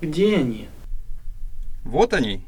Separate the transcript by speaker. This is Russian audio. Speaker 1: Где они?
Speaker 2: Вот они,